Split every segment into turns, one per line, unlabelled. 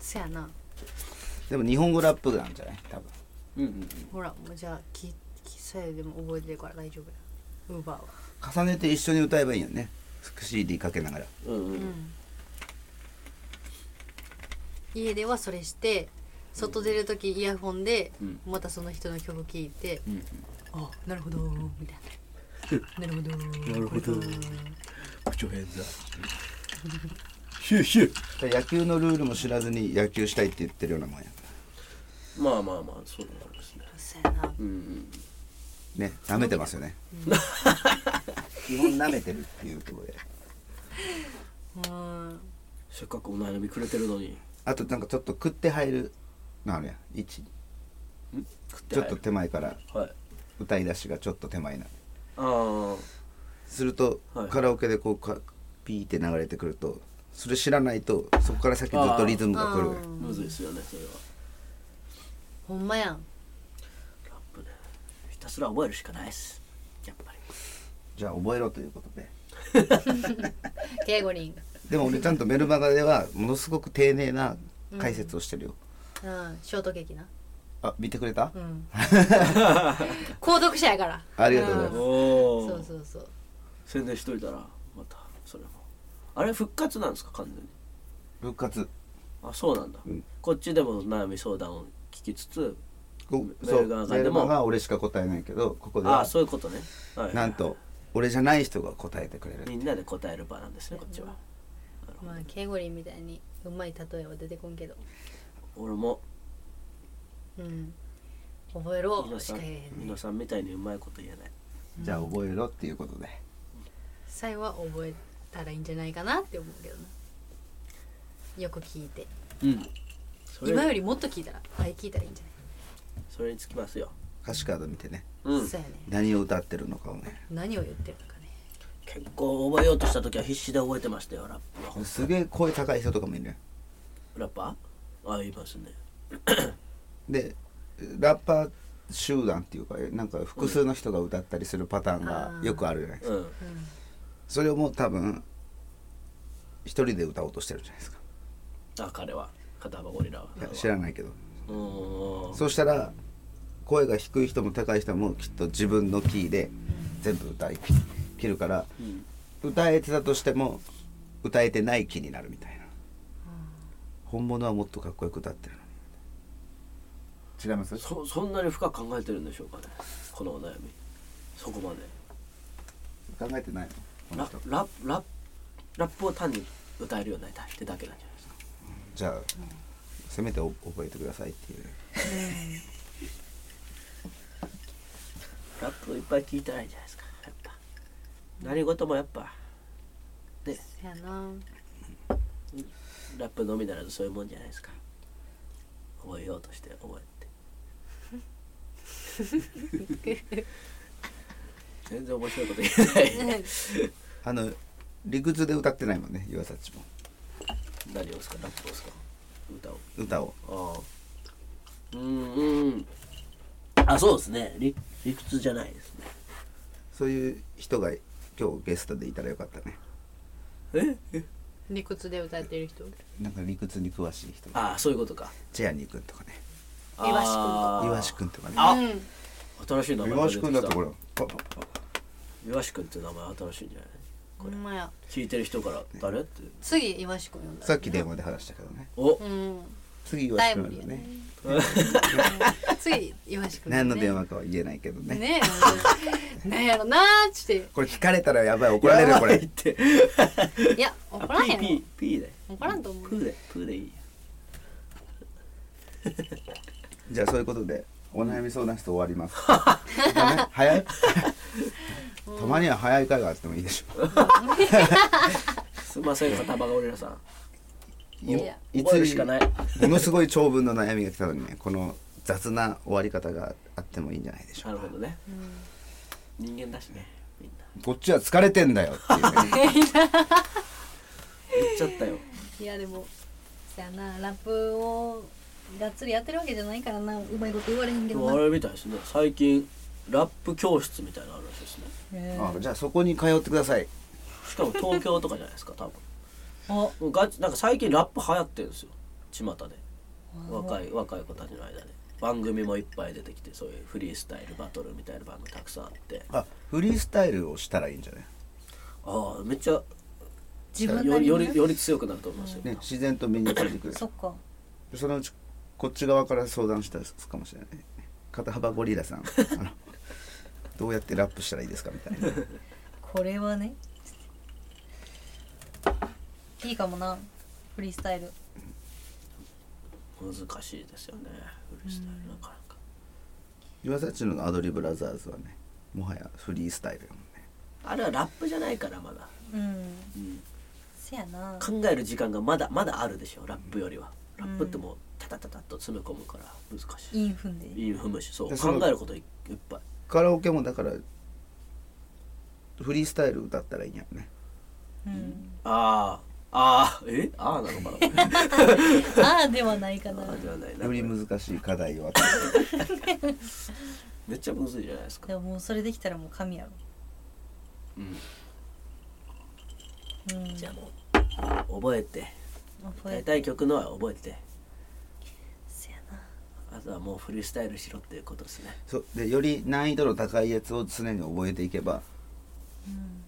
そやな
でも日本語ラップなんじゃない多分
うんうんうん
ほらもうじゃあきさえでも覚えてるから大丈夫やウーバーは
重ねて一緒に歌えばいいよね CD かけながら
うんう
うんん家ではそれして外出る時イヤホンで
うん
またその人の曲聴いて
うんうん
「あなるほど」みたいな「なるほど」
なるほど
これか
口調変だヒューヒュー
野球のルールも知らずに野球したいって言ってるようなもんやか
まあまあまあそうなんですね
そやな
うんうん
らね舐めてますよね基本舐めてるっていうところで
うん
せっかくお悩みくれてるのに
あとなんかちょっと食って入るのあるやん位置
ん食って
ちょ
入
っ
る
と手前から
はい
歌い出しがちょっと手前な
ああ
すると、
はい
カラオケでこうかピーって流れてくるとそれ知らないとそこから先ずっとリズムが来る
あー
むずいですよねそれは
ほんまやん
ラップねひたすら覚えるしかないですやっぱり
じゃあ覚えろということで
ケイゴリン
でも俺ちゃんとメルマガではものすごく丁寧な解説をしてるよ、
うんショートケーキな
あ見てくれた、
うん 購読者やから
ありがとうございます
お
うん
お
そうそうそう
宣伝しといたらまたそれもあれ復活なんですか完全に
復活
あそうなんだ、
うん
こっちでも悩み相談を聞きつつ
こ
メ
そう
メルマガでも
メルマガは俺しか答えないけどここで
あ
は
あそういうことね、はいはい
なんと俺じゃない人が答えてくれる
みんなで答える場なんですねこっちは
まあケイゴリンみたいにうまい例えは出てこんけど
俺も
うん覚えろ
皆
し
さ
か
ん
言えへんね
皆さんみたいにうまいこと言えない
じゃあ覚えろっていうことで
最後は覚えたらいいんじゃないかなって思うけどなよく聞いて
うんそ
今よ
れ
りもっと聞いたら倍聞いたらいいんじ
それにつきますよ
歌詞カード見てね
ゃ
う
ない、
ん
そうやね
何を歌ってるのかをね
何を言ってるのかね
結構覚えようとした時は必死で覚えてましたよラップは
すげえ声高い人とかもいるよ
ラッパーあいますね
でラッパー集団っていうかなんか複数の人が歌ったりするパターンがよくあるじゃないですか、
うん
それをもう多分一人で歌おうとしてるんじゃないですか
あ彼は片幅ゴリラはい
や知らないけど
うーん
そうしたら声が低い人も高い人もきっと自分のキーで全部歌い切るから
うん
歌えてたとしても歌えてない気になるみたいな本物はもっとかっこよく歌ってるのに違います
そそんなに深く考えてるんでしょうかねこのお悩みそこまで
考えてないのこの
ラ
人
ラララップを単に歌えるようになりたいってだけなんじゃないですか
じゃあせめてお覚えてくださいっていう
ラップをいっぱい聞いたらいいんじゃないですかやっぱ何事もやっぱね
そやな
ラップのみならずそういうもんじゃないですか覚えようとして覚えて全然面白いこと言えない
あの理屈で歌ってないもんね岩崎も
何をですかラップをですか歌を
歌を
ああうんうんあそうですね理理屈じゃないですね
そういう人が今日ゲストでいたらよかったね
ええ
理屈で歌ってる人
なんか理屈に詳しい人
ああそういうことか
チェアニー君とかね
あー
イワシ君とか
岩志君とかね
あ
うん
新しい名前
岩志君だってこれ
岩志君って名前新しいんじゃない
ほんまや
聞いてる人から誰って
次岩志くん呼んだ
さっき電話で話したけどね
お
うん
次岩
タイ
志
ム
君
リ
だ
ー
ね
ね次岩志くん
何の電
話
話かは言えないけどね
ねえ何やろなーっつって
これ聞かれたらやばい怒られるよこ
やばい
れ
って
いや怒らへ
あピー
ん
ピーピーで
怒らんと思う
プーでプーでいいや
じゃあそういうことでお悩み相談室終わりますダメ早いたまには早い回があってもいいでしょ
すいません片場が俺らさん
いや
い
覚えるしかない
ものすごい長文の悩みが来たのにねこの雑な終わり方があってもいいんじゃないでしょ
な
う
る
か
ほどね人間だしねみんな
こっちは疲れてんだよっていうね
言っちゃったよ
いやでもそやなラップをがっつりやってるわけじゃないからなうまいこと言われへんけ
で
ど
も
な
あれみたいですね最近ラップ教室みたいなのあるらしいですね
へ
あじゃあそこに通ってください
しかも東京とかじゃないですか多分
ーお
もうガチなんか最近ラップ流行ってるんですよ巷で若い若い子たちの間で番組もいっぱい出てきてそういうフリースタイルバトルみたいな番組たくさんあって
あフリースタイルをしたらいいんじゃない、
ああめっちゃ
自分な
よ
り
よ
に
りより強くなると思いますよ、
ね、自然と身についてくる
そっか
そのうちこっち側から相談したりするかもしれない肩幅ゴリラさん あのどうやってラップしたらいいですかみたいな
これはねいいかもなフリースタイル
難しいですよねフリースタイルなかなか、
岩崎のアドリブラザーズはねもはやフリースタイルやもんね
あれはラップじゃないからまだ、
うん
うん
せやな
考える時間がまだまだあるでしょラップよりはラップってもうタタタタっと詰め込むから難しい
インフンで
インフムしそう
でそ
考
の
えることいっぱい
カラオケもだからフリースタイル歌ったらいいんやろね
うん
あーあーえああなのかな
ああではないかな
ああではないな
より
め
難しい課題を与えて
っちゃむずいじゃないですか
でももうそれできたらもう神やろ
うん
うん
じゃあもう覚えて
覚
歌
え
いたい曲のは覚えて
せやな
あとはもうフリースタイルしろっていうことですね
そうでより難易度の高いやつを常に覚えていけば
うん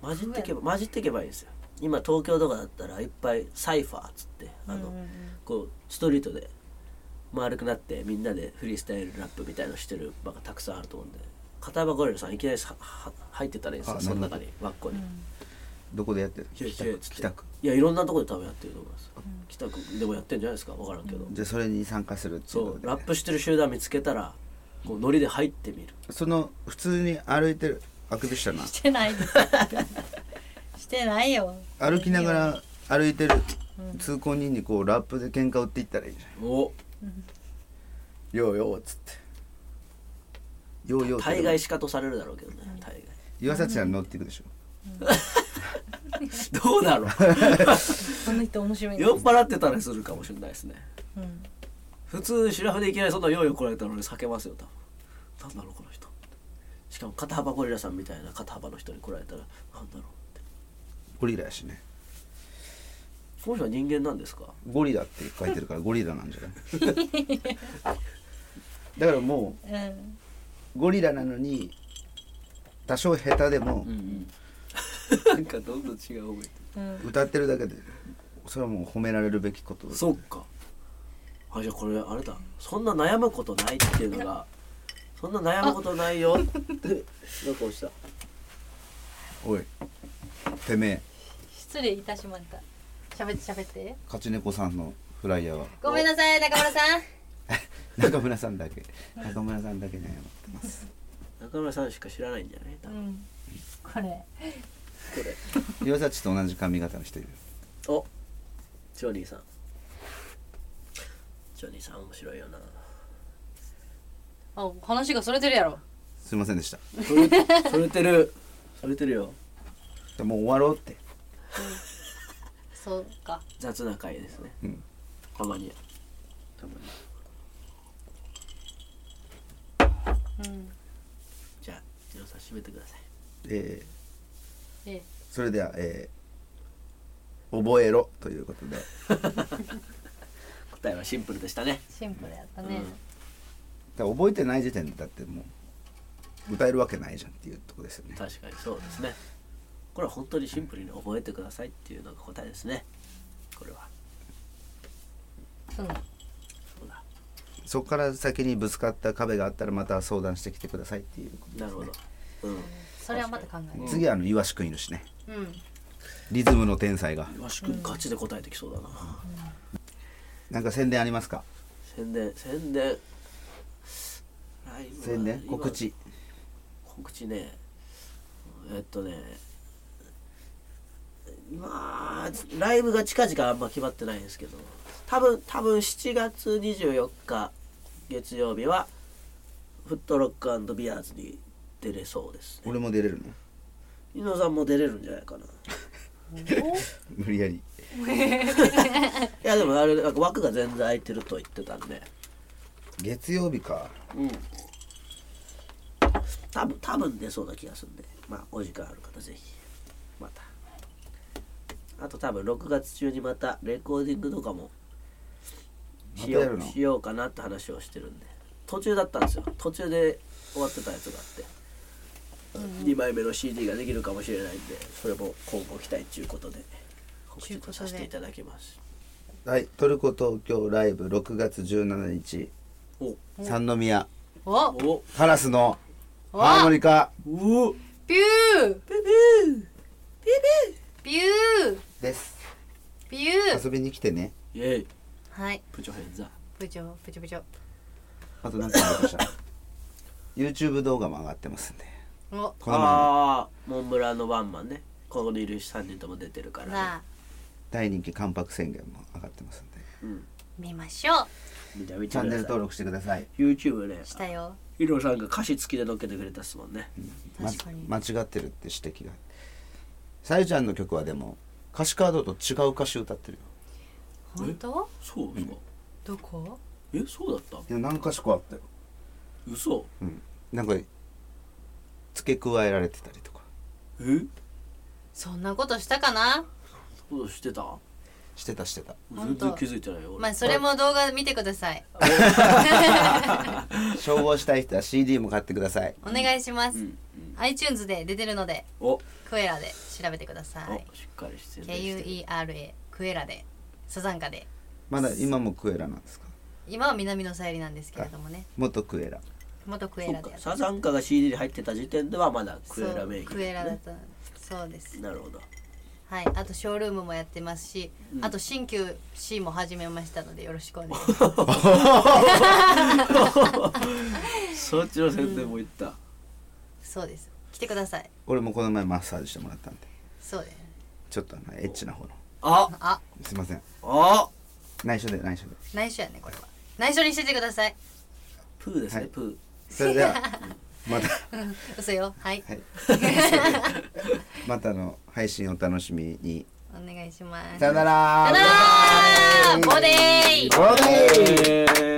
混じってけば混じってけばいいんですよ今東京とかだったらいっぱいサイファーっつってあの、
うんうんうん
こうストリートで丸くなってみんなでフリースタイルラップみたいのしてる場がたくさんあると思うんで片山ゴリラさんいきなりはは入ってたらいいんですよ
あ
その
なる
中
ほど
に輪っこに。
どこでやってる
ひら
北
ひらっ
区
つって
北区
いやいろんなとこで多分やってると思います、北区でもやってんじゃないですか分からんけど、
じゃあそれに参加するっていう
そ
こと
う
で
ラップしてる集団見つけたらこうノリで入ってみる
その普通に歩いてるあくびしたな
してないですしてないよ
歩きながら歩いてる通行人にこうラップで喧嘩売っていったらいいじゃん
お
「ようよう」っつって「ようよう」
大概しかとされるだろうけどね大概
岩崎さん乗っていくでしょ
どうだろう
その人面白いな
酔っ払ってたりするかもしれないですね
うん
普通シラフでいきなりそんな用意来られたら俺避けますよ多分なんだろうこの人しかも肩幅ゴリラさんみたいな肩幅の人に来られたらなんだろうって
ゴリラやしね
この人は人間なんですか
ゴリラって書いてるからゴリラなんじゃない だからも
うん
うゴリラなのに多少下手でも
んうんなんかどんどん違う方がいい
うん
歌ってるだけでそれはもう褒められるべきこと
そっかあじゃあこれあれだそんな悩むことないっていうのがそんな悩むことないよなんか落ちた
おいてめえ
失礼いたしました
喋って喋って
勝ち猫さんのフライヤーは
ごめんなさい中村さん
中村さんだけ中村さんだけね
中村さんしか知らないんじゃない多
う
分
んこれ
これ
岩崎と同じ髪型の人いる
おジョニーさんジョニーさん面白いよな
あ話がそれてるやろ
すいませんでした
それそれてるそれてるよ
でもう終わろうって
そうか
雑な回ですね、
うん
たまにたまに
うん
じゃあジローさん閉めてください
えー
ええ
それでは、えー覚えろということで
答えはシンプルでしたね
シンプルやったね
だから覚えてない時点でだってもう歌えるわけないじゃんっていうとこですよね
確かにそうですねこれは本当にシンプルに覚えてくださいっていうのが答えですねこれは
うん
そうだ
そこから先にぶつかった壁があったらまた相談してきてくださいっていうことです、ね、
なるほどうん
それはまた考える
次はあの岩橋君いるしね
うん
リズムの天才が
岩橋君ガチで答えてきそうだな、
なんか宣伝ありますか
宣伝宣伝ライブは
宣伝
今
告知
告知ねえっとねまあライブが近々あんま決まってないんですけど多分多分7月24日月曜日はフットロックビアーズに出れそうですね
俺も出れるの
伊野さんも出れるんじゃないかない
無理やり
やでもあれなんか枠が全然空いてると言ってたんで
月曜日か
うん多分多分出そうな気がするんでまあお時間ある方ぜひまたあと多分6月中にまたレコーディングとかも
ま
したよ
やる
う
の
しようかなって話をしてるんで途中だったんですよ途中で終わってたやつがあって、2枚目の CD ができるかもしれないんでそれも今後期待ということで告知とさせていただきます
はいトルコ東京ライブ6月17日
お
三宮
お
お
カラスの
お
ハーモニカ
うお
ピューピュー
です
ピュー
遊びに来てね
イエイ
はい
プチョヘンザ
部長部長部長
あと何かありました YouTube 動画も上がってますんで
お
この前の
ああモンブランのワンマンねここにいる3人とも出てるから、ね、
さあ
大人気関白宣言も上がってますんで
うん
見ましょ
みんな見
チ
て
ャン
く
ネル
ださい
登録してください
YouTube ね
うしたよ
ヒロさんが歌詞付きで乗っけてくれたっすもんね、
ま
確かに、
間違ってるって指摘がさゆちゃんの曲はでも歌詞カードと違う歌詞歌ってるよ
本当
そうですか、
どこ
えそうだった
いや何か所かあったよ
嘘
うんなんか付け加えられてたりとか
え
そんなことしたかな
そうだしてた
してたしてた
本
全
当
然気づいてないよ俺
まあそれも動画見てください
照合したい人は CD も買ってください
お願いします、
うん
iTunes で出てるので
お、
クエラで調べてください
おしっかりしてる
KUERA クエラでサザンカで
まだ今もクエラなんですか
今は南のさゆりなんですけれどもね
元クエラ
元クエ
そ
ラ
うか
でやって
サザンカが CD に入ってた時点ではまだクエラ名義、
そうクエラだとそうです
な るほど
はいあとショールームもやってますし、あと新旧 C も始めましたのでよろしくお願いします
そっちの宣伝も言った、
そうです来てください
俺もこの前マッサージしてもらったんで
そうです
ちょっとあのエッチな方の
あ
あ
すいません
あ
内緒で内緒で
内緒やねこれは内緒にしててください
プーですね、
はい
プー
それ ではまた
嘘よはい、
はいまたの配信お楽しみに
お願いします
さよなら
さよならボデイ
ボデイ
えー